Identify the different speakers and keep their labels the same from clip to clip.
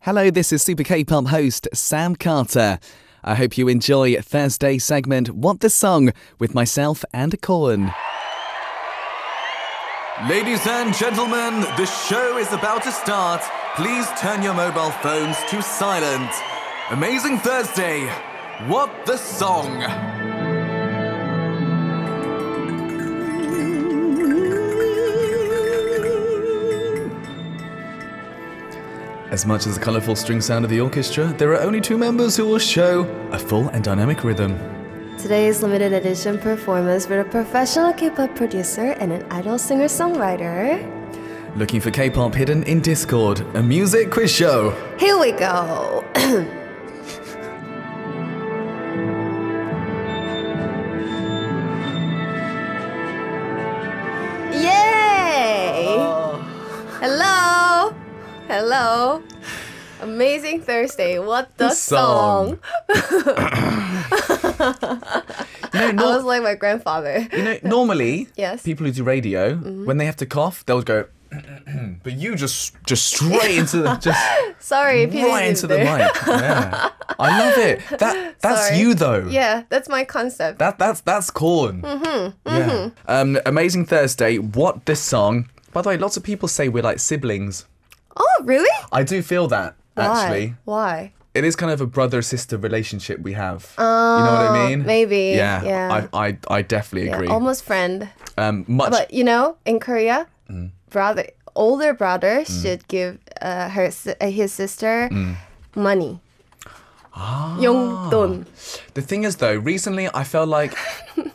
Speaker 1: Hello, this is Super K Pop host Sam Carter. I hope you enjoy Thursday's segment What the Song with myself and Corn.
Speaker 2: Ladies and gentlemen, the show is about to start. Please turn your mobile phones to silent. Amazing Thursday. What the song?
Speaker 1: As much as the colourful string sound of the orchestra, there are only two members who will show a full and dynamic rhythm.
Speaker 3: Today's limited edition performance for a professional K-pop producer and an idol singer-songwriter.
Speaker 1: Looking for K pop hidden in Discord, a music quiz show.
Speaker 3: Here we go. Yay! Hello. Hello. Amazing Thursday. What the
Speaker 1: Song.
Speaker 3: song?
Speaker 1: You know,
Speaker 3: I
Speaker 1: nor-
Speaker 3: was like my grandfather.
Speaker 1: you know, normally,
Speaker 3: Yes. Mm-hmm.
Speaker 1: people who do radio, when they have to cough, they'll go, but you just just straight into the just
Speaker 3: Sorry, if you
Speaker 1: right
Speaker 3: didn't
Speaker 1: into the
Speaker 3: there.
Speaker 1: mic. Yeah. I love it. That that's
Speaker 3: Sorry.
Speaker 1: you though.
Speaker 3: Yeah, that's my concept.
Speaker 1: That that's that's corn. Mm-hmm. Yeah. Um, Amazing Thursday. What this song? By the way, lots of people say we're like siblings.
Speaker 3: oh, really?
Speaker 1: I do feel that actually.
Speaker 3: Why? Why?
Speaker 1: It is kind of a brother sister relationship we have. you know what I
Speaker 3: Oh,
Speaker 1: mean?
Speaker 3: maybe,
Speaker 1: Yeah.
Speaker 3: yeah.
Speaker 1: I I, I definitely
Speaker 3: Yeah,
Speaker 1: agree.
Speaker 3: almost friend.
Speaker 1: um, much.
Speaker 3: But you know, in Korea,
Speaker 1: Mm.
Speaker 3: brother, older brother should give uh, her si- uh, his sister
Speaker 1: Mm.
Speaker 3: money. Ah. 용돈.
Speaker 1: The thing is, though, recently I felt like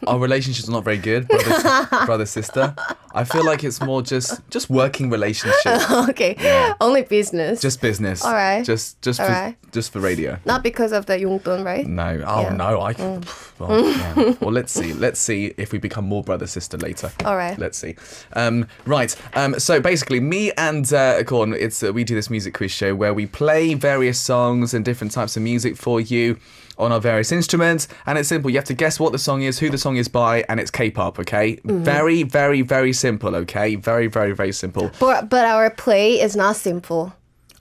Speaker 1: our relationship's not very good, brother, brother sister. I feel like it's more just just working relationship,
Speaker 3: okay. Only business.
Speaker 1: just business.
Speaker 3: All right.
Speaker 1: Just just
Speaker 3: All
Speaker 1: for,
Speaker 3: right.
Speaker 1: just for radio.
Speaker 3: not because of the 용돈, right?
Speaker 1: No. Oh
Speaker 3: Yeah. Mm.
Speaker 1: no. I. can Well, yeah. well, let's see. Let's see if we become more brother sister later.
Speaker 3: All right.
Speaker 1: Let's see. Um, right. Um, so basically, me and uh, Corn, it's uh, we do this music quiz show where we play various songs and different types of music for you on our various instruments, and it's simple. You have to guess what the song is, who the song is by, and it's K-pop. Okay.
Speaker 3: Mm-hmm.
Speaker 1: Very, very, very simple. Okay. Very, very, very simple.
Speaker 3: But, but our play is not simple.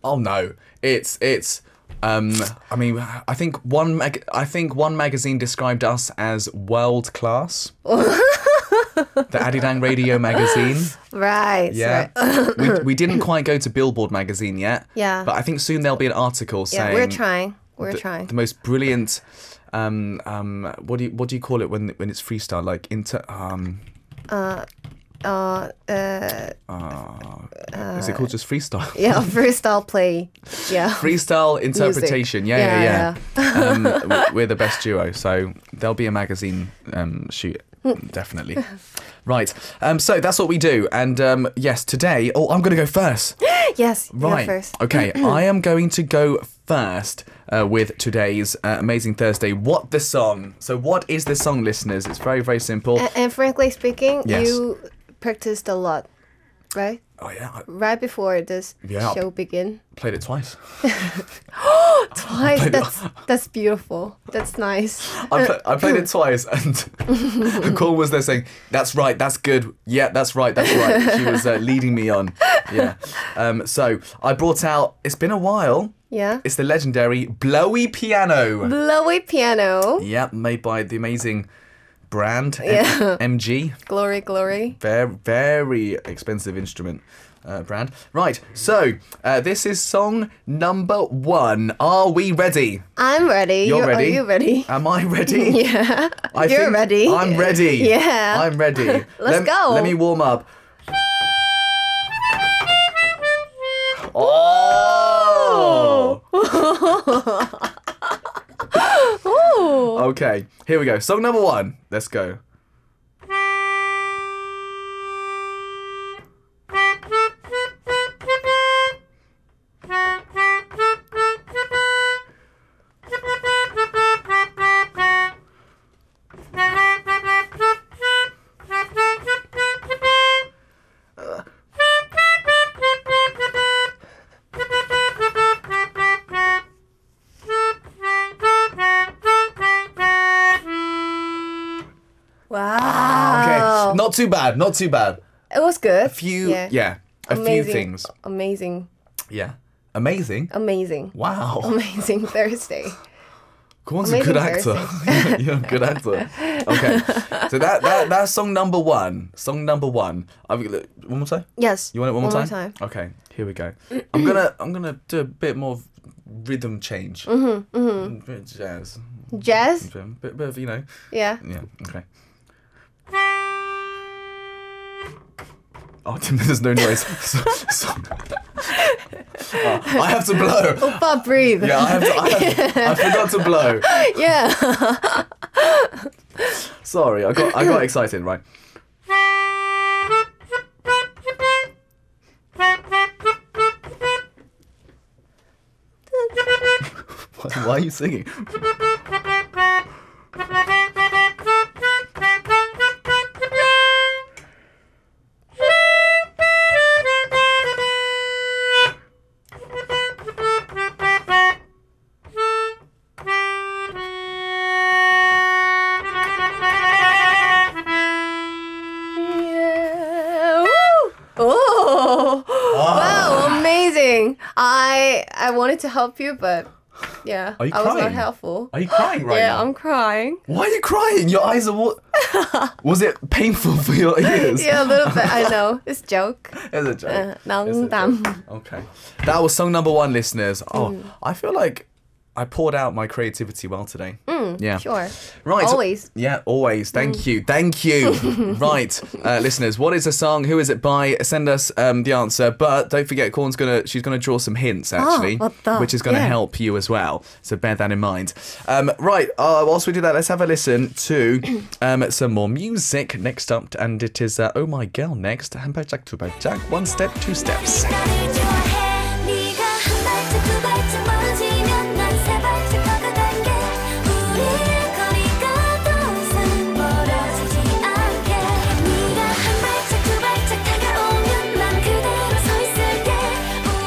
Speaker 1: Oh no, it's it's. Um, I mean, I think one mag- I think one magazine described us as world class. the Adidang Radio magazine.
Speaker 3: Right.
Speaker 1: Yeah,
Speaker 3: right.
Speaker 1: we, we didn't quite go to Billboard magazine yet.
Speaker 3: Yeah.
Speaker 1: but I think soon there'll be an article
Speaker 3: Yeah,
Speaker 1: saying
Speaker 3: we're trying. We're
Speaker 1: the,
Speaker 3: trying.
Speaker 1: the most brilliant. Um, um, what do you what do you call it when when it's freestyle? Like inter um,
Speaker 3: uh, uh,
Speaker 1: is it called just freestyle?
Speaker 3: yeah, freestyle play. Yeah.
Speaker 1: freestyle interpretation. Yeah, yeah, yeah.
Speaker 3: Yeah,
Speaker 1: um, w- we're the best duo, so there'll be a magazine um, shoot. Definitely. Right. Um, so that's what we do. And um, yes, today. Oh, I'm going to go first.
Speaker 3: yes.
Speaker 1: Right.
Speaker 3: You're first.
Speaker 1: Okay. I am going to go first uh, with today's uh, Amazing Thursday. What the song? So, what is the song, listeners? It's very, very simple.
Speaker 3: And, and frankly speaking,
Speaker 1: Yes.
Speaker 3: you practiced a lot, right?
Speaker 1: oh, yeah. I
Speaker 3: Right before this
Speaker 1: Yeah.
Speaker 3: show begin.
Speaker 1: played it twice.
Speaker 3: Twice. That's
Speaker 1: uh,
Speaker 3: that's beautiful. That's nice.
Speaker 1: I, pl- I played it twice, and Corn was there saying, "That's right, that's good, yeah, that's right, that's right." She was uh, leading me on, yeah. Um, so I brought out. It's been a while.
Speaker 3: Yeah.
Speaker 1: It's the legendary Blowy piano.
Speaker 3: Blowy piano.
Speaker 1: Yeah, made by the amazing brand M- MG.
Speaker 3: Glory, glory.
Speaker 1: Very, very expensive instrument. Uh, brand. Right, so uh, this is song number one. Are we ready?
Speaker 3: I'm ready.
Speaker 1: You're
Speaker 3: You-
Speaker 1: ready?
Speaker 3: Are you ready?
Speaker 1: Am I ready?
Speaker 3: Yeah.
Speaker 1: I
Speaker 3: You're
Speaker 1: think
Speaker 3: ready.
Speaker 1: I'm ready.
Speaker 3: Yeah.
Speaker 1: I'm ready. Let's
Speaker 3: go.
Speaker 1: Let me warm up. Oh. okay, here we go. Song number one. Let's go. Okay,
Speaker 3: Wow.
Speaker 1: not too bad. Not too bad.
Speaker 3: It was good.
Speaker 1: Few, yeah, a few things.
Speaker 3: Amazing.
Speaker 1: Yeah, Amazing.
Speaker 3: Amazing.
Speaker 1: Wow.
Speaker 3: Amazing Thursday.
Speaker 1: Kwan's a good
Speaker 3: Amazing
Speaker 1: actor. You're a good actor. Okay. So that, that that's song number one. Song number one. I've, one more time?
Speaker 3: Yes.
Speaker 1: You want it one,
Speaker 3: more
Speaker 1: time? Okay, here we go. I'm gonna I'm gonna do a bit more of rhythm change. Mm-hmm. mm-hmm. Bit of jazz.
Speaker 3: Jazz?
Speaker 1: Bit, bit bit of you know.
Speaker 3: Yeah.
Speaker 1: Yeah. Okay. Oh, Tim, there's no noise. So- so- Oh, I have to blow.
Speaker 3: But breathe.
Speaker 1: Yeah, I have to. I, have, I forgot to blow.
Speaker 3: yeah.
Speaker 1: Sorry, I got I got excited. Right. Why, why are you singing?
Speaker 3: Yeah. Woo! Oh. Wow, amazing. I I wanted to help you, but yeah,
Speaker 1: Are you
Speaker 3: I was not
Speaker 1: crying?
Speaker 3: helpful.
Speaker 1: Are you crying right
Speaker 3: yeah,
Speaker 1: now?
Speaker 3: I'm crying.
Speaker 1: Why are you crying? Your eyes are what? Was it painful for your ears?
Speaker 3: Yeah, a little bit. I know. It's joke.
Speaker 1: It's a joke.
Speaker 3: Uh,
Speaker 1: It's a
Speaker 3: 농담.
Speaker 1: joke. Okay. That was song number one, listeners. Oh,
Speaker 3: Mm.
Speaker 1: I feel like I poured out my creativity well today. yeah.
Speaker 3: Mm, Sure.
Speaker 1: Right. so-
Speaker 3: Always. Mm.
Speaker 1: yeah, always. Thank you. Thank you. right. Uh, listeners, what is the song? Who is it by? Send us um, the answer. But don't forget, Corn's going to, she's going to draw some hints, actually,
Speaker 3: Ah, what the-
Speaker 1: which is going to
Speaker 3: yeah.
Speaker 1: help you as well. So bear that in mind. Um, right. Uh, whilst we do that, let's have a listen to um, some more music next up. And it is uh, Oh My Girl next. 한발짝, 두발짝, one step, two steps.
Speaker 4: 나를 좋아해 네가 한 발짝 두 발짝 멀어지면 난 세 발짝 다가갈게 우리의 거리가 더 이상 멀어지지 않게 네가 한 발짝 두 발짝 다가오면 난 그대로 서 있을게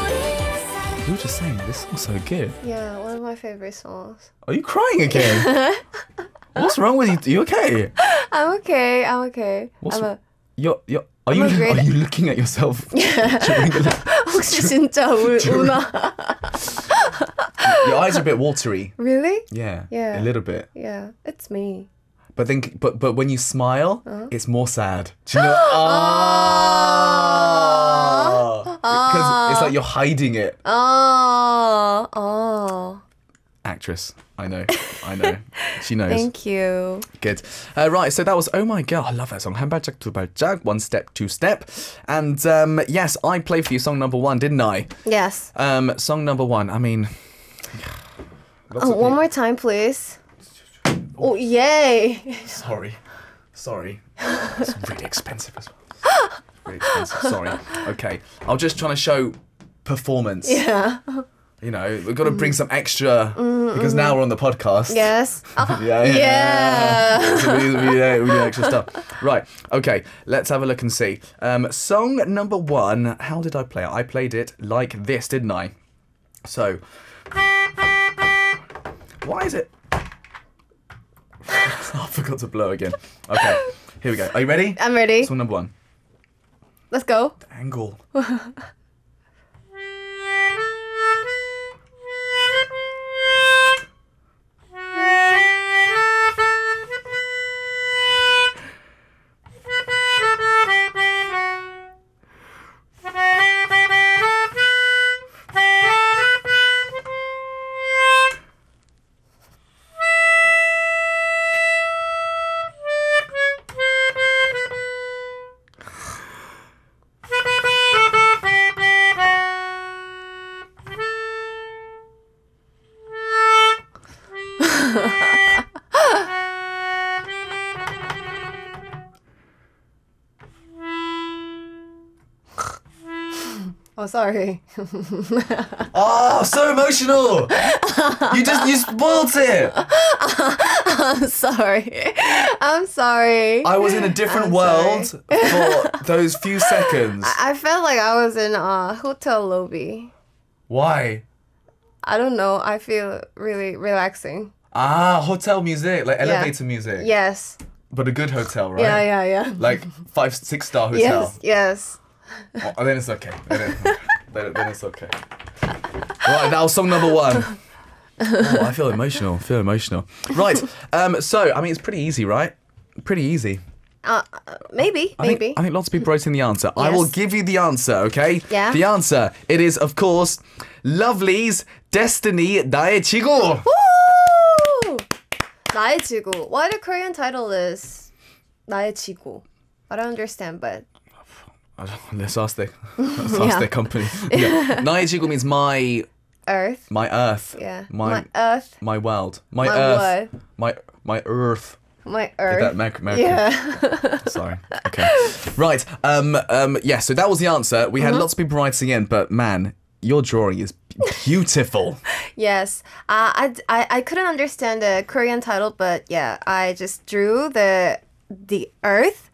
Speaker 4: 우리의 사랑
Speaker 1: You were just saying, this song's so good.
Speaker 3: Yeah, one of my favorite songs.
Speaker 1: Are you crying again? What's wrong with you? You okay?
Speaker 3: I'm okay. I'm okay.
Speaker 1: What's
Speaker 3: I'm a
Speaker 1: You're, you're, are you
Speaker 3: I'm a great-
Speaker 1: are you looking at yourself? during the la-
Speaker 3: 혹시 진짜 우, 우나?
Speaker 1: Your eyes are a bit watery.
Speaker 3: really?
Speaker 1: Yeah.
Speaker 3: Yeah.
Speaker 1: A little bit.
Speaker 3: Yeah, it's me.
Speaker 1: But then, but but when you smile, it's more sad. Do you know? Ah. Because it's like you're hiding it.
Speaker 3: Oh, oh.
Speaker 1: Actress. I know. I know. She knows.
Speaker 3: Thank you.
Speaker 1: Good. Uh, right, so that was Oh My Girl. I love that song. Handbag to Bajag, One Step, Two Step. And um, yes, I played for you song number one, didn't I?
Speaker 3: Yes.
Speaker 1: Um, song number one. I mean, lots
Speaker 3: Oh,
Speaker 1: of
Speaker 3: one
Speaker 1: peop-
Speaker 3: more time, please. Oh, yay.
Speaker 1: Sorry, sorry. It's really expensive as well. Really expensive. Sorry. Okay, I'm just trying to show performance.
Speaker 3: Yeah. Mm-hmm.
Speaker 1: You know, we've got to bring some extra because now we're on the podcast.
Speaker 3: Yes. Oh,
Speaker 1: Yeah. Yeah.
Speaker 3: Mm-hmm, yeah.
Speaker 1: So we, we, yeah, we need extra stuff. Right. Okay. Let's have a look and see. Um, song number one. How did I play it? I played it like this, didn't I? So, why is it? I forgot to blow again. Okay. Here we go. Are you ready?
Speaker 3: I'm ready.
Speaker 1: Song number one.
Speaker 3: Let's go.
Speaker 1: Angle.
Speaker 3: Oh, sorry.
Speaker 1: Oh, so emotional. you just you spoilt it.
Speaker 3: I'm sorry. I'm sorry. I,
Speaker 1: I was in a different
Speaker 3: I'm
Speaker 1: world for those few seconds.
Speaker 3: felt like I was in a hotel lobby.
Speaker 1: Why?
Speaker 3: I don't know. I feel really relaxing.
Speaker 1: Ah, hotel music, like elevator music.
Speaker 3: Yes.
Speaker 1: But a good hotel, right?
Speaker 3: Yeah, yeah, yeah.
Speaker 1: Like five, six star hotel.
Speaker 3: Yes, yes.
Speaker 1: Oh, then it's okay. Then, it- then, it- then it's okay. Right, that was song number one. Oh, I feel emotional. I feel emotional. Right. Um, so, I mean, it's pretty easy, right? Pretty easy.
Speaker 3: Uh, uh, maybe,
Speaker 1: I think-
Speaker 3: maybe.
Speaker 1: I think lots of people wrote in the answer. I will
Speaker 3: Yes.
Speaker 1: give you the answer, okay?
Speaker 3: Yeah.
Speaker 1: The answer. It is, of course, Lovely's Destiny Daechigo.
Speaker 3: Woo! 나의 지구. Why the Korean title is 나의 지구? I don't understand, but
Speaker 1: I don't- Let's ask their, let's ask
Speaker 3: Yeah.
Speaker 1: their company. Yeah. Daechigo means my
Speaker 3: Earth.
Speaker 1: my earth.
Speaker 3: Yeah.
Speaker 1: My
Speaker 3: My, Earth.
Speaker 1: my world. My,
Speaker 3: My
Speaker 1: earth. My my earth.
Speaker 3: My
Speaker 1: Did that
Speaker 3: Earth.
Speaker 1: Mac- American?
Speaker 3: Yeah.
Speaker 1: Sorry. Okay. Right. Um. Um. Yeah. So that was the answer. We had
Speaker 3: Mm-hmm.
Speaker 1: lots of people writing in, but man, your drawing is beautiful.
Speaker 3: yes. Uh, I, d- I, I couldn't understand the Korean title, but yeah, I just drew the the Earth,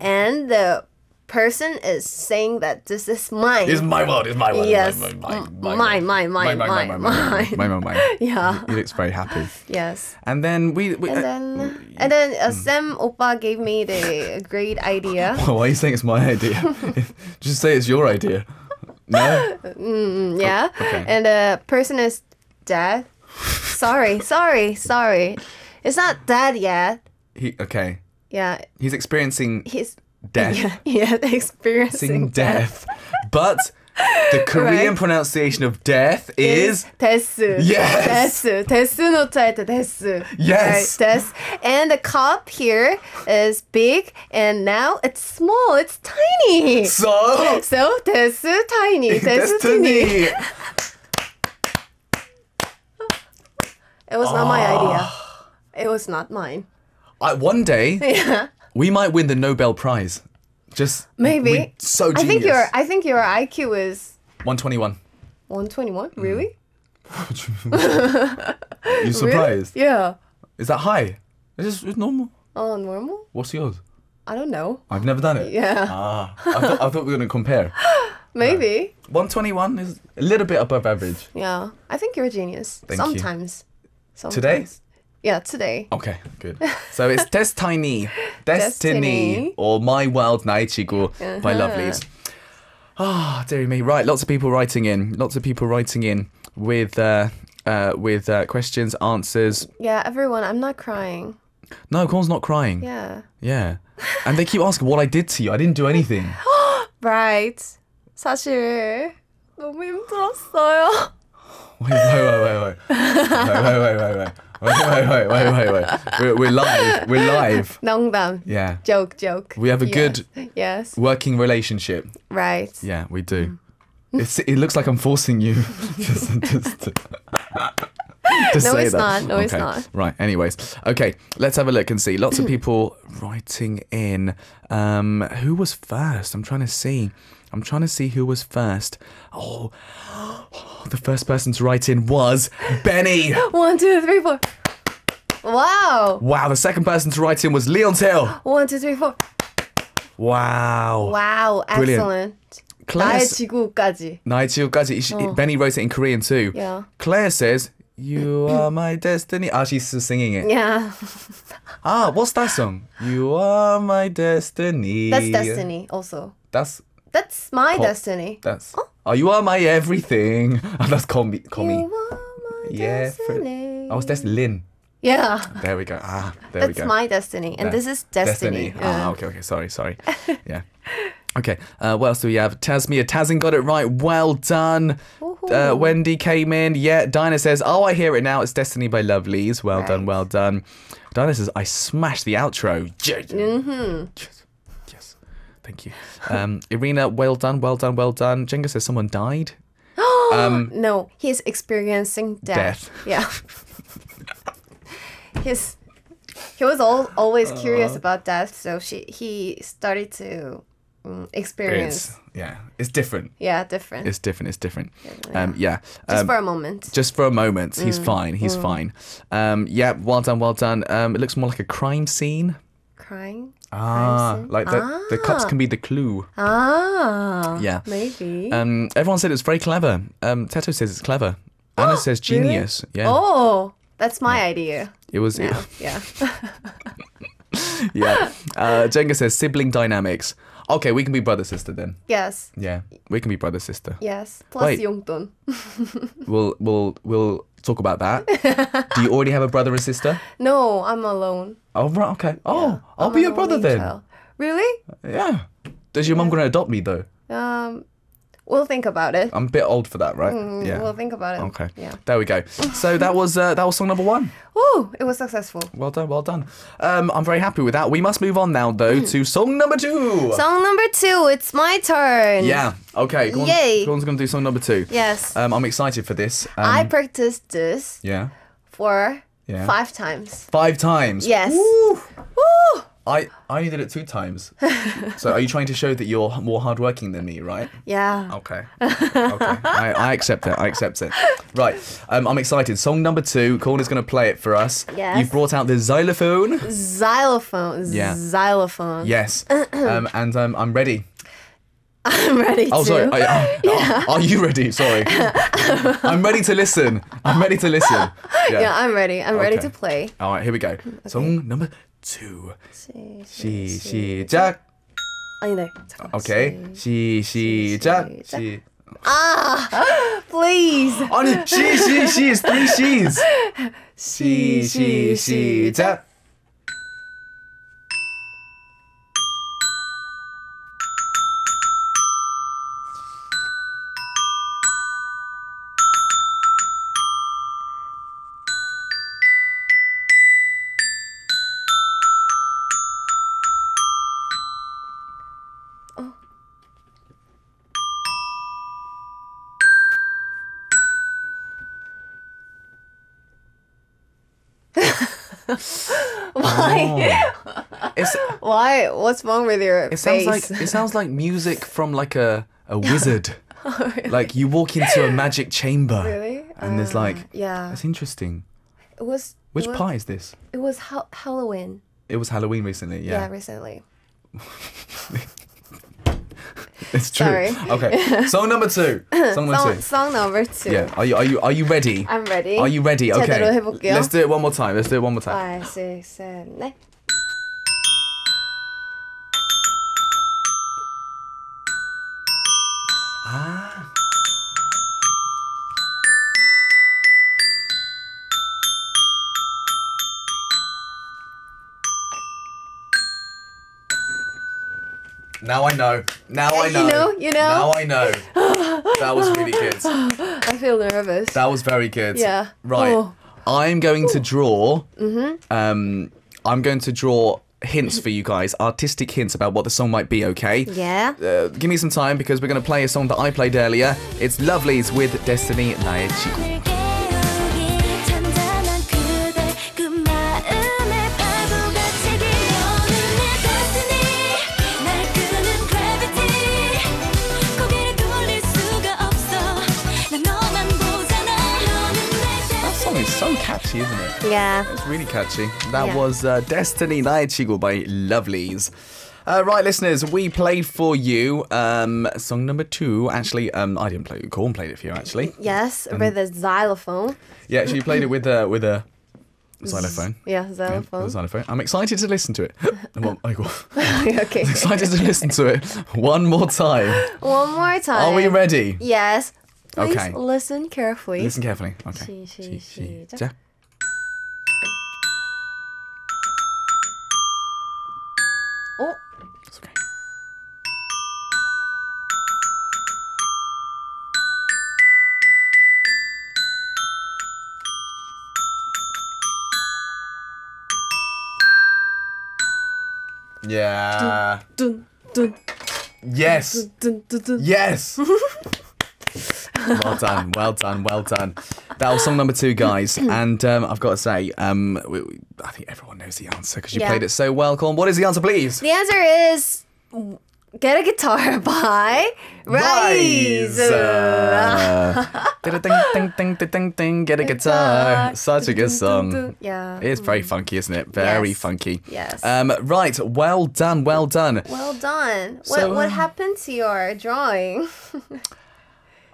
Speaker 3: and the person is saying that this is mine.
Speaker 1: It's my world. It's my world.
Speaker 3: Yes. Mm,
Speaker 1: My my my
Speaker 3: Mine, mine, mine,
Speaker 1: my my
Speaker 3: mine,
Speaker 1: my
Speaker 3: mine.
Speaker 1: my my my.
Speaker 3: yeah.
Speaker 1: He looks very happy.
Speaker 3: Yes.
Speaker 1: And then we. we
Speaker 3: And then, and then
Speaker 1: hmm.
Speaker 3: uh, Sam Opa gave me the great idea.
Speaker 1: Why are you saying it's my idea? Just say it's your idea. No.
Speaker 3: Mm, Yeah.
Speaker 1: okay.
Speaker 3: And the person is dead. sorry, sorry, sorry. It's not dead yet.
Speaker 1: He. Okay.
Speaker 3: Yeah,
Speaker 1: He's experiencing
Speaker 3: he's
Speaker 1: death.
Speaker 3: yeah, yeah experiencing
Speaker 1: Sing death. But the Korean
Speaker 3: Right.
Speaker 1: pronunciation of death is
Speaker 3: desu.
Speaker 1: Yes.
Speaker 3: Desu. Desu no taita desu.
Speaker 1: Yes.
Speaker 3: Right, desu. And the cup here is big and now it's small. It's tiny.
Speaker 1: so
Speaker 3: So desu tiny. Desu tiny.
Speaker 1: destiny.
Speaker 3: It was not my idea.
Speaker 1: Ah.
Speaker 3: It was not mine.
Speaker 1: I, one day we might win the Nobel Prize. Just
Speaker 3: Maybe.
Speaker 1: we're so
Speaker 3: I
Speaker 1: genius.
Speaker 3: think your I think your IQ is
Speaker 1: 121.
Speaker 3: 121?
Speaker 1: Hmm.
Speaker 3: Really?
Speaker 1: You
Speaker 3: Really?
Speaker 1: surprised?
Speaker 3: Yeah.
Speaker 1: Is that high? It's just it's normal.
Speaker 3: Oh, normal?
Speaker 1: What's yours?
Speaker 3: I don't know.
Speaker 1: I've never done it.
Speaker 3: Yeah.
Speaker 1: Ah, I thought, I thought we were gonna compare.
Speaker 3: Maybe.
Speaker 1: 121 is a little bit above average.
Speaker 3: Yeah. I think you're a genius.
Speaker 1: Thank you.
Speaker 3: Sometimes. Sometimes.
Speaker 1: Today?
Speaker 3: Yeah, today.
Speaker 1: Okay, good. So it's Destiny, Destiny,
Speaker 3: Destiny.
Speaker 1: or My World Naichigo by Lovelies. Ah, dear me. Right, lots of people writing in. Lots of people writing in with uh, uh, with uh, questions, answers.
Speaker 3: Yeah, everyone, I'm not crying.
Speaker 1: No, Corn's not crying. Yeah.
Speaker 3: Yeah.
Speaker 1: And they keep asking what I did to you. I didn't do anything.
Speaker 3: Right. 사실 너무 힘들었어요.
Speaker 1: Wait, wait, wait, wait, wait. Wait, wait, wait, wait, wait. Wait, wait, wait, wait, wait, wait. We're, we're live. We're live.
Speaker 3: 농담.
Speaker 1: Yeah.
Speaker 3: Joke, joke.
Speaker 1: We have a good-
Speaker 3: Yes.
Speaker 1: Working relationship.
Speaker 3: Right.
Speaker 1: Yeah, we do.
Speaker 3: Mm.
Speaker 1: It's, it looks like I'm forcing you. just, just to, to
Speaker 3: No,
Speaker 1: say
Speaker 3: it's
Speaker 1: that.
Speaker 3: not. No, it's
Speaker 1: Okay.
Speaker 3: not.
Speaker 1: Right. Anyways, okay. Let's have a look and see. Lots of people writing in. Um, who was first? I'm trying to see. I'm trying to see who was first. Oh, the first person to write in was Benny.
Speaker 3: One, two, three, four. Wow.
Speaker 1: Wow. The second person to write in was Leon's Hill.
Speaker 3: One, two, three, four.
Speaker 1: Wow.
Speaker 3: Wow.
Speaker 1: Brilliant.
Speaker 3: Excellent. 나의
Speaker 1: Claire's-
Speaker 3: 지구까지.
Speaker 1: Nigel Gazi. she- Benny wrote it in Korean too.
Speaker 3: Oh. Yeah.
Speaker 1: Claire says, You are my destiny. Ah, she's still singing it.
Speaker 3: Yeah.
Speaker 1: Ah, what's that song? You are my destiny.
Speaker 3: That's destiny also.
Speaker 1: That's
Speaker 3: That's my
Speaker 1: Pop.
Speaker 3: destiny.
Speaker 1: that's. Oh, you are my everything. Ah, that's call me. Call me.
Speaker 3: You are my
Speaker 1: Yeah. fr-
Speaker 3: destiny.
Speaker 1: Oh, it's that's Lynn.
Speaker 3: Yeah.
Speaker 1: There we go. Ah, there we
Speaker 3: That's
Speaker 1: go.
Speaker 3: my destiny. And this is destiny.
Speaker 1: Ah, okay, okay. Sorry, sorry. yeah. Okay. Uh, what else do we have? Tasmia Tazin got it right. Well done. Uh,
Speaker 3: Woohoo.
Speaker 1: Wendy came in. Yeah. Dinah says, "Oh, I hear it now. It's Destiny by Lovelies. Well done.
Speaker 3: Right.
Speaker 1: Well done." Dinah says, "I smashed the outro." Mm-hmm. Yes. yes. Thank you. Um, Irina, well done. Well done. Well done. Jenga says, "Someone died." Ah, um,
Speaker 3: no, he's experiencing death. Yeah. His he was all, always
Speaker 1: Uh-huh.
Speaker 3: curious about death, so she he started to mm, experience.
Speaker 1: It's yeah. It's different.
Speaker 3: Yeah, different.
Speaker 1: It's different. It's different. Um, yeah.
Speaker 3: Just
Speaker 1: Um,
Speaker 3: for a moment.
Speaker 1: just for a moment. He's
Speaker 3: Mm,
Speaker 1: fine. He's fine. Um, yeah, well done, well done. Um, it looks more like a crime scene.
Speaker 3: Crying.
Speaker 1: Ah,
Speaker 3: scene?
Speaker 1: like the, the cups can be the clue.
Speaker 3: Ah.
Speaker 1: Yeah.
Speaker 3: Maybe.
Speaker 1: Um, everyone said it's very clever. Um, Teto says it's clever. Anna says genius. Yeah,
Speaker 3: oh, that's my idea.
Speaker 1: it was.
Speaker 3: Yeah.
Speaker 1: yeah. Uh, Jenga says sibling dynamics. Okay, we can be brother sister then.
Speaker 3: Yes.
Speaker 1: Yeah, we can be brother sister.
Speaker 3: Yes. Plus
Speaker 1: Wait.
Speaker 3: 용돈.
Speaker 1: We'll we'll we'll talk about that. Do you already have a brother and sister?
Speaker 3: No, I'm alone.
Speaker 1: Oh right, okay. Oh, I'll
Speaker 3: I'm
Speaker 1: be your
Speaker 3: an
Speaker 1: brother
Speaker 3: only
Speaker 1: then.
Speaker 3: child. Really?
Speaker 1: Yeah. Is your mum gonna adopt me though?
Speaker 3: Um, we'll think about it.
Speaker 1: I'm a bit old for that, right?
Speaker 3: Mm,
Speaker 1: Oh, yeah.
Speaker 3: We'll think about it.
Speaker 1: okay.
Speaker 3: Yeah.
Speaker 1: There we go. So that was uh, that was song number one.
Speaker 3: Oh, it was successful.
Speaker 1: Well done, well done. Um, I'm very happy with that. We must move on now though to song number two.
Speaker 3: Mm. Song number two. It's my turn.
Speaker 1: yeah. Okay. Go on,
Speaker 3: Yay.
Speaker 1: Go on's gonna do song number two.
Speaker 3: Yes.
Speaker 1: Um, I'm excited for this. Um,
Speaker 3: I practiced this
Speaker 1: yeah.
Speaker 3: for
Speaker 1: Yeah.
Speaker 3: five times.
Speaker 1: Five times.
Speaker 3: Yes.
Speaker 1: Woo.
Speaker 3: Woo!
Speaker 1: I, I only did it two times. so are you trying to show that you're more hardworking than me, right?
Speaker 3: Yeah.
Speaker 1: Okay. Okay. I, I accept it. I accept it. Right. Um, I'm excited. Song number two. Corner's going to play it for us.
Speaker 3: Yes.
Speaker 1: You've brought out the xylophone.
Speaker 3: Xylophone.
Speaker 1: Yeah.
Speaker 3: Xylophone.
Speaker 1: Yes. Um, and um, I'm ready.
Speaker 3: I'm ready
Speaker 1: Oh,
Speaker 3: to.
Speaker 1: sorry. I, I-
Speaker 3: Yeah.
Speaker 1: Are you ready? Sorry. I'm ready to listen. I'm ready to listen. Yeah.
Speaker 3: yeah, I'm ready. I'm ready
Speaker 1: Okay.
Speaker 3: to play.
Speaker 1: All right. Here we go. Song number two. 시, 시작.
Speaker 3: 아니네. 잠깐만.
Speaker 1: Okay. 시, 시작. 시.
Speaker 3: Ah, Please.
Speaker 1: 아니, 시, 시, 시. It's three she's. 시, 시, 시작.
Speaker 3: Why?
Speaker 1: Oh. It's,
Speaker 3: Why? What's wrong with your
Speaker 1: It sounds
Speaker 3: face?
Speaker 1: like it sounds like music from like a a wizard. Like you walk into a magic chamber.
Speaker 3: Really?
Speaker 1: And there's
Speaker 3: Uh,
Speaker 1: like
Speaker 3: yeah.
Speaker 1: That's interesting.
Speaker 3: It was.
Speaker 1: Which
Speaker 3: it was,
Speaker 1: part is this?
Speaker 3: It was ha- Halloween.
Speaker 1: It was Halloween recently,
Speaker 3: Yeah,
Speaker 1: yeah.
Speaker 3: recently.
Speaker 1: it's true.
Speaker 3: sorry.
Speaker 1: Okay. Song number two. Song number
Speaker 3: Song,
Speaker 1: two.
Speaker 3: song number two.
Speaker 1: Yeah. Are you are you are you ready?
Speaker 3: I'm ready.
Speaker 1: Are you ready? Okay.
Speaker 3: 제대로 해볼게요.
Speaker 1: Let's do it one more time. Let's do it one more time.
Speaker 3: Five, six, seven, eight.
Speaker 1: Ah. Now I know. Now I
Speaker 3: You
Speaker 1: know.
Speaker 3: know, you know.
Speaker 1: Now I know. that was really good.
Speaker 3: I feel nervous.
Speaker 1: That was very good.
Speaker 3: Yeah.
Speaker 1: Right.
Speaker 3: Oh. Mm-hmm.
Speaker 1: I'm going to draw. Um, I'm going to draw hints for you guys, artistic hints about what the song might be. Okay.
Speaker 3: yeah.
Speaker 1: Uh, give me some time because we're going to play a song that I played earlier. It's Lovelies with Destiny 나의 친구.
Speaker 4: 늘 깨우길 잔잔한 그대 그 마음에 바보같이 기어오는 내 데스니 날 끄는 그래비티 고개를 돌릴 수가 없어 난 너만 보잖아 너는 내 데스니
Speaker 1: That song is so catchy, isn't it?
Speaker 3: Yeah.
Speaker 1: It's really catchy. That
Speaker 3: Yeah.
Speaker 1: was uh, Destiny 나의 친구 by Lovelies. Uh, right, listeners, we played for you um, song number two. Actually, um, I didn't play it. Corn played it for you, actually.
Speaker 3: Yes,
Speaker 1: Um,
Speaker 3: with a xylophone.
Speaker 1: Yeah, she played it with a with a xylophone.
Speaker 3: Yeah,
Speaker 1: Yeah, with a
Speaker 3: xylophone.
Speaker 1: xylophone. I'm excited to listen to it. well, I was
Speaker 3: okay.
Speaker 1: excited to listen to it one more time.
Speaker 3: One more time.
Speaker 1: Are we ready?
Speaker 3: Yes. Please
Speaker 1: Okay.
Speaker 3: listen carefully.
Speaker 1: Listen carefully. Okay.
Speaker 3: 시- 시-
Speaker 1: 시-
Speaker 3: 시작.
Speaker 1: 시작.
Speaker 3: 어?
Speaker 1: It's okay. Yeah.
Speaker 3: 둔, 둔, Mm.
Speaker 1: Yes.
Speaker 3: 둔, 둔, 둔.
Speaker 1: Yes. well done, well done, well done. That was song number two, guys. And um, I've got to say, um, we, we- I think everyone knows the answer because you
Speaker 3: Yeah.
Speaker 1: played it so well. Corn, what is the answer, please?
Speaker 3: The answer is Get a Guitar by Rise.
Speaker 1: Uh, ding, ding, ding, ding, ding, get a guitar. Such a good song.
Speaker 3: Yeah.
Speaker 1: It's very funky, isn't it? Very
Speaker 3: Yes.
Speaker 1: funky.
Speaker 3: Yes.
Speaker 1: Um, right. Well done. Well done.
Speaker 3: Well done.
Speaker 1: So,
Speaker 3: what what
Speaker 1: um,
Speaker 3: happened to your drawing?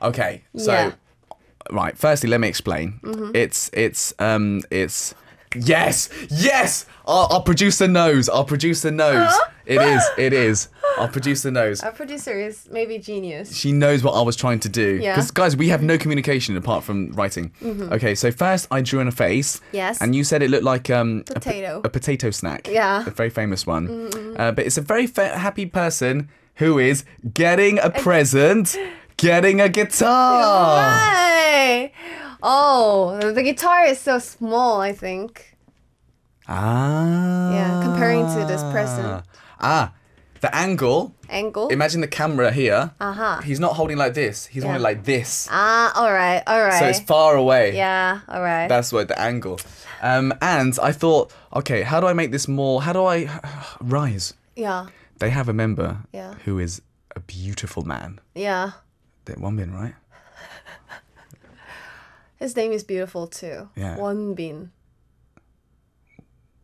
Speaker 1: Okay. So,
Speaker 3: Yeah. Mm-hmm.
Speaker 1: right. Firstly, let me explain. It's it's um it's yes yes. Our, our producer knows. Our producer knows. It is. It is. Our producer knows.
Speaker 3: Our producer is maybe genius.
Speaker 1: She knows what I was trying to do.
Speaker 3: Yeah. Mm-hmm.
Speaker 1: Because guys, we have no communication apart from writing. Okay, so first I drew in a face.
Speaker 3: Yes.
Speaker 1: And you said it looked like um a po-
Speaker 3: Potato.
Speaker 1: A, potato snack.
Speaker 3: Yeah. Mm-hmm.
Speaker 1: A very famous one. Uh, but it's a very fa- happy person who is getting a present, getting a guitar.
Speaker 3: Hey! Oh, the guitar is so small, I think.
Speaker 1: Ah.
Speaker 3: Yeah, comparing to this present.
Speaker 1: Ah, the angle.
Speaker 3: Angle.
Speaker 1: Imagine the camera here.
Speaker 3: Uh-huh.
Speaker 1: He's not holding like this. He's holding like this.
Speaker 3: ah, all right, all right.
Speaker 1: So it's far away.
Speaker 3: yeah, all right.
Speaker 1: That's what the angle. Um, and I thought, okay, how do I make this more? How do I rise?
Speaker 3: yeah,
Speaker 1: They have a member
Speaker 3: Yeah.
Speaker 1: who is a beautiful man.
Speaker 3: yeah.
Speaker 1: That one bin, right?
Speaker 3: His name is beautiful too.
Speaker 1: Yeah.
Speaker 3: 원빈,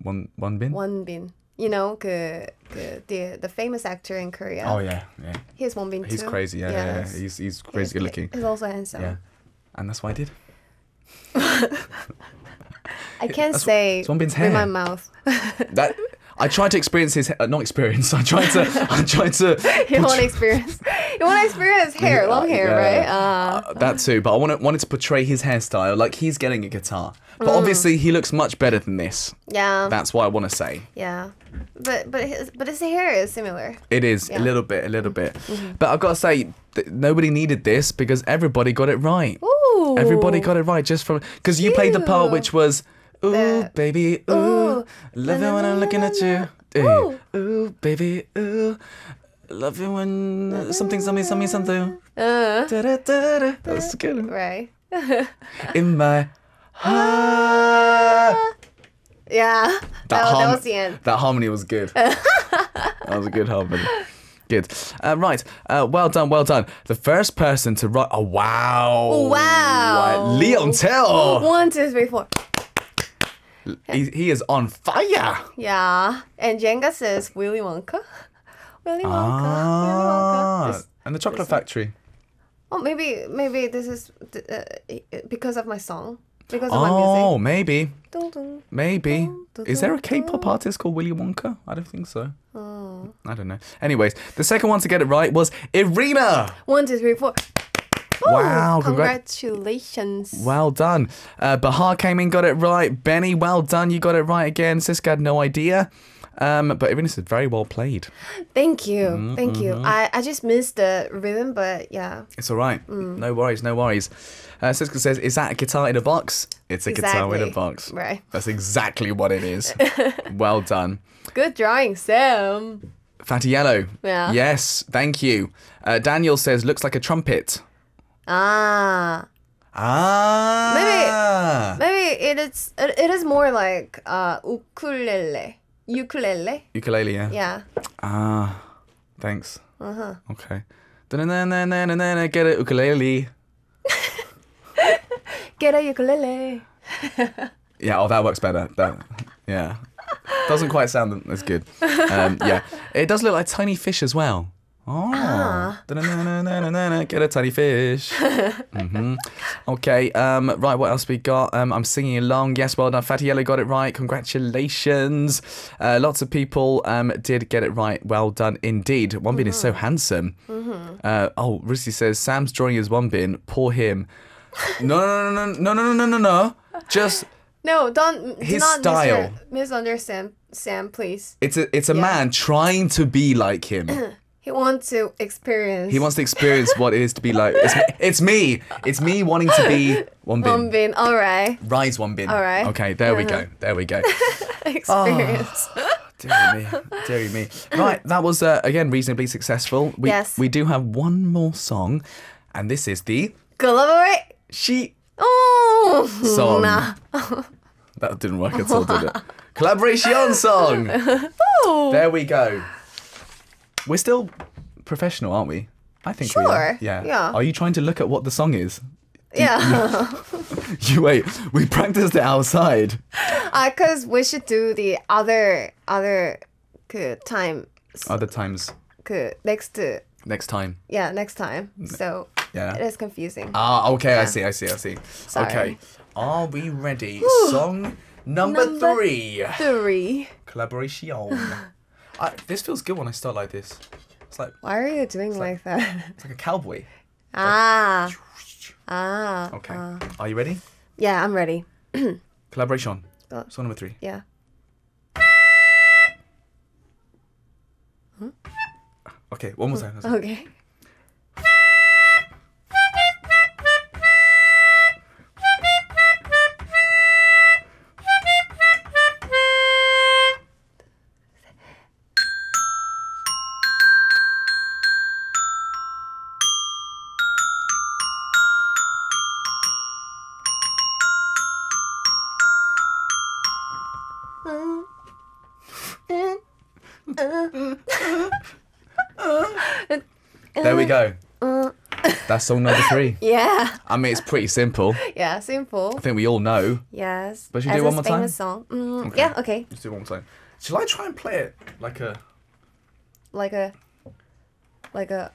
Speaker 1: One one bin.
Speaker 3: 원빈. You know, 그, 그, the the famous actor in Korea.
Speaker 1: Oh yeah, yeah.
Speaker 3: He's Wonbin too.
Speaker 1: He's crazy. Yeah, yeah, yeah.
Speaker 3: Yes.
Speaker 1: He's he's crazy good looking.
Speaker 3: He's also handsome.
Speaker 1: Yeah. And that's what I did.
Speaker 3: I can't
Speaker 1: That's-
Speaker 3: say
Speaker 1: it's Wonbin's
Speaker 3: with my
Speaker 1: hair.
Speaker 3: mouth.
Speaker 1: That I tried to experience his uh, not experience. I tried to I tried to
Speaker 3: you want to
Speaker 1: portray-
Speaker 3: experience? You want to experience hair, long hair,
Speaker 1: Yeah.
Speaker 3: right? Uh,
Speaker 1: Uh, that too, but I wanted, wanted to portray his hairstyle like he's getting a guitar. But
Speaker 3: Mm.
Speaker 1: obviously, he looks much better than this.
Speaker 3: yeah.
Speaker 1: That's what I want to say.
Speaker 3: Yeah, but but his but his hair is similar.
Speaker 1: It is
Speaker 3: Yeah. Mm-hmm.
Speaker 1: a little bit, a little bit. But I've got to say, th- nobody needed this because everybody got it right.
Speaker 3: Ooh.
Speaker 1: Everybody got it right just from because you played the part
Speaker 3: Ew.
Speaker 1: which was ooh
Speaker 3: The-
Speaker 1: baby ooh,
Speaker 3: Ooh.
Speaker 1: love it when I'm looking at you ooh, ooh baby ooh love it when something something something something
Speaker 3: Uh,
Speaker 1: da, da, da, da. That's good.
Speaker 3: right.
Speaker 1: in my heart.
Speaker 3: Yeah. That, Oh, that
Speaker 1: harm-
Speaker 3: was the end.
Speaker 1: That harmony was good. that was a good harmony. Good. Uh, right. Uh, well done. Well done. The first person to write. Oh wow.
Speaker 3: Wow.
Speaker 1: Right, Leon Tell.
Speaker 3: One, two, three, four.
Speaker 1: He, he is on
Speaker 3: Oh,
Speaker 1: fire.
Speaker 3: Yeah. And Jenga says Willy Wonka. Willy Wonka. Willy Wonka.
Speaker 1: Ah.
Speaker 3: This-
Speaker 1: And the chocolate factory.
Speaker 3: oh, maybe maybe this is uh, uh, because of my song, because of my
Speaker 1: Oh,
Speaker 3: music.
Speaker 1: maybe,
Speaker 3: Dung, dung.
Speaker 1: maybe. Is there a K-pop artist called Willy Wonka? I don't think so.
Speaker 3: Oh.
Speaker 1: I don't know. Anyways, the second one to get it right was Irina.
Speaker 3: One, two, three, four. Ooh,
Speaker 1: Wow, congrat-
Speaker 3: Congratulations.
Speaker 1: Well done. Uh, Bahar came in, got it right. Benny, well done. You got it right again. Siska had no idea. Um, but Irina said, very well played.
Speaker 3: Thank you.
Speaker 1: Mm-hmm,
Speaker 3: Thank you. I, I just missed the rhythm, but yeah.
Speaker 1: It's all right.
Speaker 3: Hmm.
Speaker 1: No worries, no worries. Uh, Siska says, is that a guitar in a box? It's a guitar in a
Speaker 3: Exactly.
Speaker 1: box.
Speaker 3: Right.
Speaker 1: That's exactly what it is. well done.
Speaker 3: Good drawing, Sam.
Speaker 1: Fatty Yellow.
Speaker 3: Yeah.
Speaker 1: Yes, thank you. Uh, Daniel says, looks like a trumpet.
Speaker 3: Ah,
Speaker 1: Ah.
Speaker 3: maybe it is. It, it is more like uh ukulele, ukulele.
Speaker 1: Ukulele, yeah.
Speaker 3: Yeah.
Speaker 1: Ah, thanks. Uh huh. Okay. Da-na-na-na-na-na-na, Get it, ukulele.
Speaker 3: Get a ukulele.
Speaker 1: Yeah, oh, that works better. That, yeah, doesn't quite sound as good. Um, yeah, it does look like tiny fish as well. Oh, Da-na-na-na-na-na-na, get a tiny fish. hmm Okay, um, right. What else we got? Um, I'm singing along. Yes, well done, Fatty Yellow got it right. Congratulations. Uh, lots of people um, did get it right. Well done indeed. One bin is so handsome. Uh, oh, Rusty says Sam's drawing is one bin. Poor him. No, no, no, no, no, no, no, no, no. Just
Speaker 3: No, don't. do
Speaker 1: His
Speaker 3: not
Speaker 1: style.
Speaker 3: Misunderstand, misunderstand Sam, please.
Speaker 1: It's a it's a man trying to be like him.
Speaker 3: He wants to experience.
Speaker 1: he wants to experience what it is to be like. It's, it's me. It's me wanting to be one bin.
Speaker 3: One Uh-huh. bin. All right.
Speaker 1: Rise one bin.
Speaker 3: All right.
Speaker 1: Okay, there we go. There we go.
Speaker 3: experience.
Speaker 1: Dear me, dear me. Right, that was uh, again reasonably successful. We,
Speaker 3: Yes.
Speaker 1: We do have one more song, and this is the
Speaker 3: Collaborate.
Speaker 1: she
Speaker 3: Oh.
Speaker 1: song.
Speaker 3: Nah.
Speaker 1: That didn't work at all, did it? Collaboration song. There we go. We're still professional, aren't we? I think we are.
Speaker 3: Sure, yeah.
Speaker 1: Are you trying to look at what the song is?
Speaker 3: Yeah.
Speaker 1: You wait. We practiced it outside.
Speaker 3: Uh, cause we should do the other other 그 time
Speaker 1: Other times.
Speaker 3: 그 next uh,
Speaker 1: Next time.
Speaker 3: yeah next time. So
Speaker 1: Yeah.
Speaker 3: it is confusing.
Speaker 1: Ah, okay. I see. I see. I see.
Speaker 3: Sorry.
Speaker 1: Okay. Are we ready? Song number,
Speaker 3: Number-
Speaker 1: three.
Speaker 3: Three.
Speaker 1: Collaboration. I, this feels good when I start like this. It's like
Speaker 3: Why are you doing like that?
Speaker 1: it's like a cowboy.
Speaker 3: ah. Ah.
Speaker 1: Okay. Are you ready?
Speaker 3: Yeah, I'm ready.
Speaker 1: Collaboration.
Speaker 3: Uh,
Speaker 1: Song number three.
Speaker 3: Yeah.
Speaker 1: Okay, one more time. that's it.
Speaker 3: Okay. Uh, uh.
Speaker 1: There we go. Uh. That's song number three.
Speaker 3: Yeah.
Speaker 1: I mean, it's pretty simple. I
Speaker 3: Yeah, simple.
Speaker 1: think we all know.
Speaker 3: Yes.
Speaker 1: But you
Speaker 3: As
Speaker 1: do one
Speaker 3: his
Speaker 1: more time?
Speaker 3: famous song. Mm, Yeah, okay.
Speaker 1: Let's do one more time. Shall I try and play it like a?
Speaker 3: Like a like a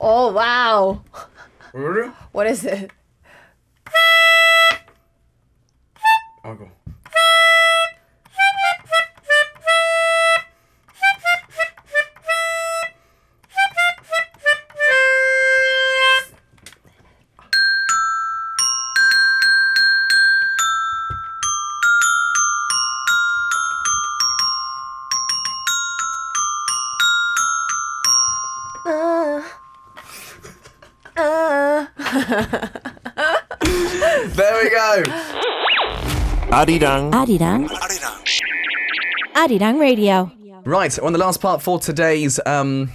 Speaker 3: Oh wow.
Speaker 1: Oh,
Speaker 3: What is it?
Speaker 1: go. There we go.
Speaker 5: Arirang.
Speaker 6: Arirang. Arirang Radio.
Speaker 1: Right, we're on the last part for today's um,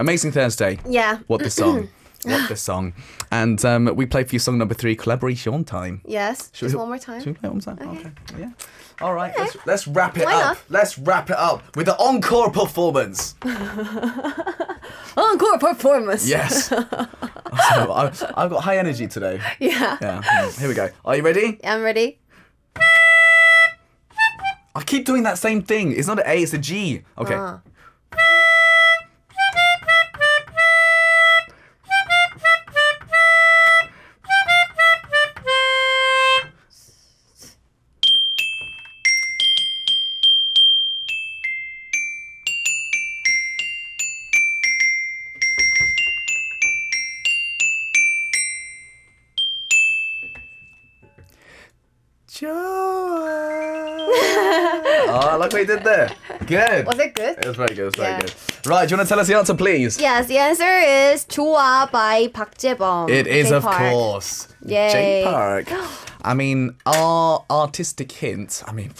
Speaker 1: Amazing Thursday.
Speaker 3: Yeah.
Speaker 1: What the song? what the song? And um, we play for you song number three, collaboration time.
Speaker 3: Yes.
Speaker 1: Should
Speaker 3: just
Speaker 1: we-
Speaker 3: one more time.
Speaker 1: Should we play it one more time? Okay. Yeah. All right. Let's, let's wrap it
Speaker 3: Why
Speaker 1: up.
Speaker 3: not?
Speaker 1: Let's wrap it up with the encore performance.
Speaker 3: Encore performance.
Speaker 1: Yes. So, I, I've got high energy today.
Speaker 3: Yeah.
Speaker 1: Yeah. hmm, Here we go. Are you ready?
Speaker 3: I'm ready.
Speaker 1: I keep doing that same thing. It's not an A, it's a G. Okay.
Speaker 3: Uh.
Speaker 1: Oh, look what you did there. Good.
Speaker 3: Was it good?
Speaker 1: It was very good. It was very
Speaker 3: Yeah.
Speaker 1: good. Right, do you want to tell us the answer, please?
Speaker 3: Yes, the answer is Chua by Park Jae-bom.
Speaker 1: It is,
Speaker 3: Jay
Speaker 1: of
Speaker 3: Park.
Speaker 1: course. J
Speaker 3: Yay.
Speaker 1: Park. I mean, our artistic hint. I mean,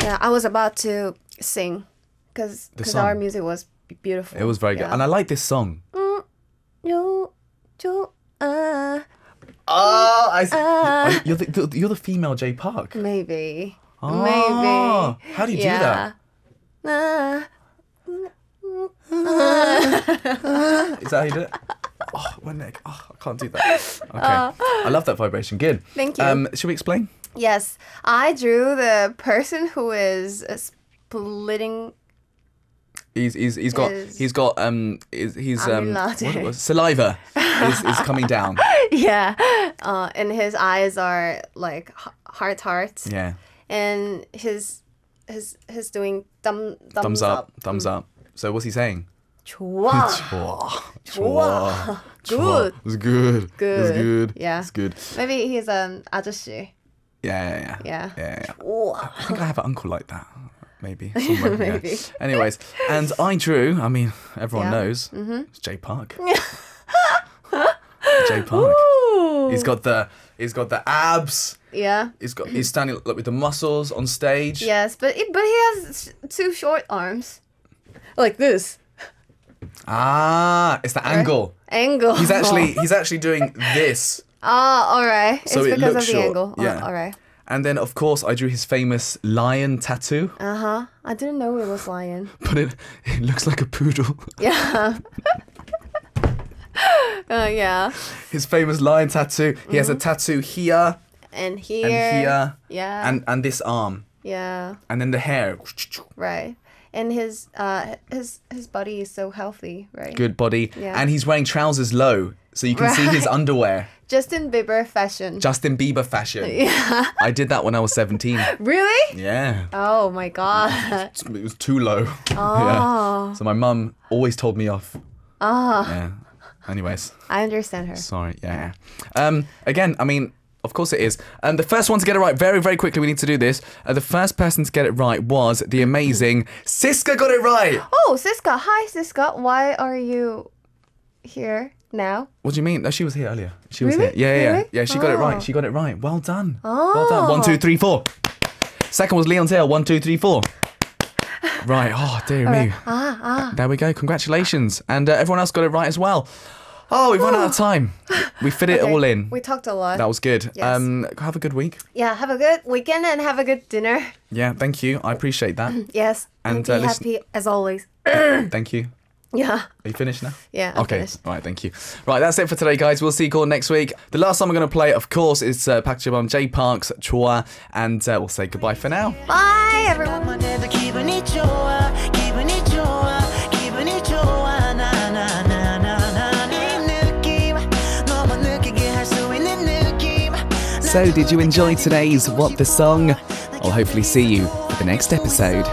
Speaker 3: Yeah, I was about to sing because
Speaker 1: The
Speaker 3: our
Speaker 1: song.
Speaker 3: music was b- beautiful.
Speaker 1: it was very good.
Speaker 3: Yeah.
Speaker 1: And I like this song.
Speaker 3: Yo, yo, uh,
Speaker 1: Oh, I see.
Speaker 3: Ah.
Speaker 1: you're, the, you're the female J Park.
Speaker 3: maybe.
Speaker 1: Ah,
Speaker 3: maybe.
Speaker 1: How do you do
Speaker 3: yeah.
Speaker 1: that?
Speaker 3: do that?
Speaker 1: Is that how you do it? Oh, my neck. Oh, I can't do that. Okay. I love that vibration. Good.
Speaker 3: Ah. Thank you.
Speaker 1: Um, should we explain?
Speaker 3: yes, I drew the person who is uh, splitting.
Speaker 1: He's, he's, he's got
Speaker 3: Is-
Speaker 1: he's got um he's, he's um
Speaker 3: not.
Speaker 1: what it was- saliva is, is coming down
Speaker 3: Yeah, uh, and his eyes are like h- heart hearts,
Speaker 1: yeah
Speaker 3: and his his his doing thumb thumbs,
Speaker 1: thumbs up thumbs up so what's he saying
Speaker 3: Chua.
Speaker 1: Chua.
Speaker 3: Chua.
Speaker 1: Chua.
Speaker 3: Good.
Speaker 1: it's good
Speaker 3: Good.
Speaker 1: it's good
Speaker 3: Yeah.
Speaker 1: it's good
Speaker 3: Maybe he's an ajushi.
Speaker 1: yeah yeah yeah
Speaker 3: Yeah.
Speaker 1: yeah, yeah.
Speaker 3: Wow.
Speaker 1: I think I have an uncle like that maybe somewhere, yeah.
Speaker 3: Maybe.
Speaker 1: anyways and I drew I mean everyone
Speaker 3: Yeah.
Speaker 1: knows it's J Park J Park He's got the he's got the abs.
Speaker 3: Yeah.
Speaker 1: He's got he's standing like with the muscles on stage.
Speaker 3: Yes, but it, but he has s- two short arms, like this
Speaker 1: Ah, it's the angle.
Speaker 3: angle.
Speaker 1: He's actually he's actually doing this.
Speaker 3: Ah, all right. It's
Speaker 1: So it
Speaker 3: because
Speaker 1: looks
Speaker 3: of the
Speaker 1: short,
Speaker 3: angle. Ah,
Speaker 1: yeah.
Speaker 3: all right.
Speaker 1: And then of course I drew his famous lion tattoo,
Speaker 3: Uh huh. I didn't know it was lion.
Speaker 1: but it it looks like a poodle.
Speaker 3: Yeah. uh, yeah.
Speaker 1: His famous lion tattoo. He has
Speaker 3: Mm-hmm.
Speaker 1: a tattoo
Speaker 3: Uh.
Speaker 1: here
Speaker 3: And here.
Speaker 1: and here.
Speaker 3: Yeah.
Speaker 1: And and this arm.
Speaker 3: yeah.
Speaker 1: And then the hair.
Speaker 3: Right. And his uh his his body is so healthy, right?
Speaker 1: Good body.
Speaker 3: Yeah.
Speaker 1: And he's wearing trousers low, so you can see his
Speaker 3: Right.
Speaker 1: underwear.
Speaker 3: Justin Bieber fashion.
Speaker 1: Justin Bieber fashion.
Speaker 3: yeah.
Speaker 1: I did that when I was 17.
Speaker 3: really?
Speaker 1: Yeah.
Speaker 3: Oh my god.
Speaker 1: it was too low.
Speaker 3: Oh.
Speaker 1: So my mum always told me off.
Speaker 3: Oh.
Speaker 1: Oh. Yeah. Anyways,
Speaker 3: I understand her.
Speaker 1: sorry. Yeah. Um. Again, I mean, of course it is. Um. The first one to get it right, very, very quickly. We need to do this. Uh, the first person to get it right was the amazing Siska. Got it right.
Speaker 3: Oh, Siska. Hi, Siska. Why are you here now?
Speaker 1: What do you mean? No, she was here earlier. She was here.
Speaker 3: Really?
Speaker 1: Yeah, yeah,
Speaker 3: Really?
Speaker 1: yeah. Yeah, she got it
Speaker 3: Oh.
Speaker 1: right. She got it right. Well done. Well done. One, two, three, four. Second was Leon Tail. One, two, three, four. Right. Oh, dear me. Ah, ah. There we go. Congratulations. And uh, everyone else got it right as well. Oh, we've run out of time. We fit it
Speaker 3: Okay,
Speaker 1: all in.
Speaker 3: We talked a lot.
Speaker 1: that was good.
Speaker 3: Yes.
Speaker 1: Um, have a good week.
Speaker 3: yeah, have a good weekend and have a good dinner.
Speaker 1: Yeah, thank you. I appreciate that.
Speaker 3: Yes. And,
Speaker 1: And,
Speaker 3: be
Speaker 1: uh, listen-
Speaker 3: happy as always.
Speaker 1: thank you.
Speaker 3: Yeah.
Speaker 1: Are you finished now?
Speaker 3: Yeah, I'm
Speaker 1: okay.
Speaker 3: finished.
Speaker 1: All right. Thank you. Right. That's it for today, guys. We'll see you all next week. The last song we're going to play, of course, is uh, Package Bomb J Parks Chua, and uh, we'll say goodbye for now.
Speaker 3: Bye, everyone.
Speaker 6: 내도 기분이 좋아 기분이 좋아 기분이 좋아 나나나나나 네 느낌 너무 느끼게 할 수 있는 느낌
Speaker 1: So, did you enjoy today's What the Song? I'll hopefully see you for the next episode.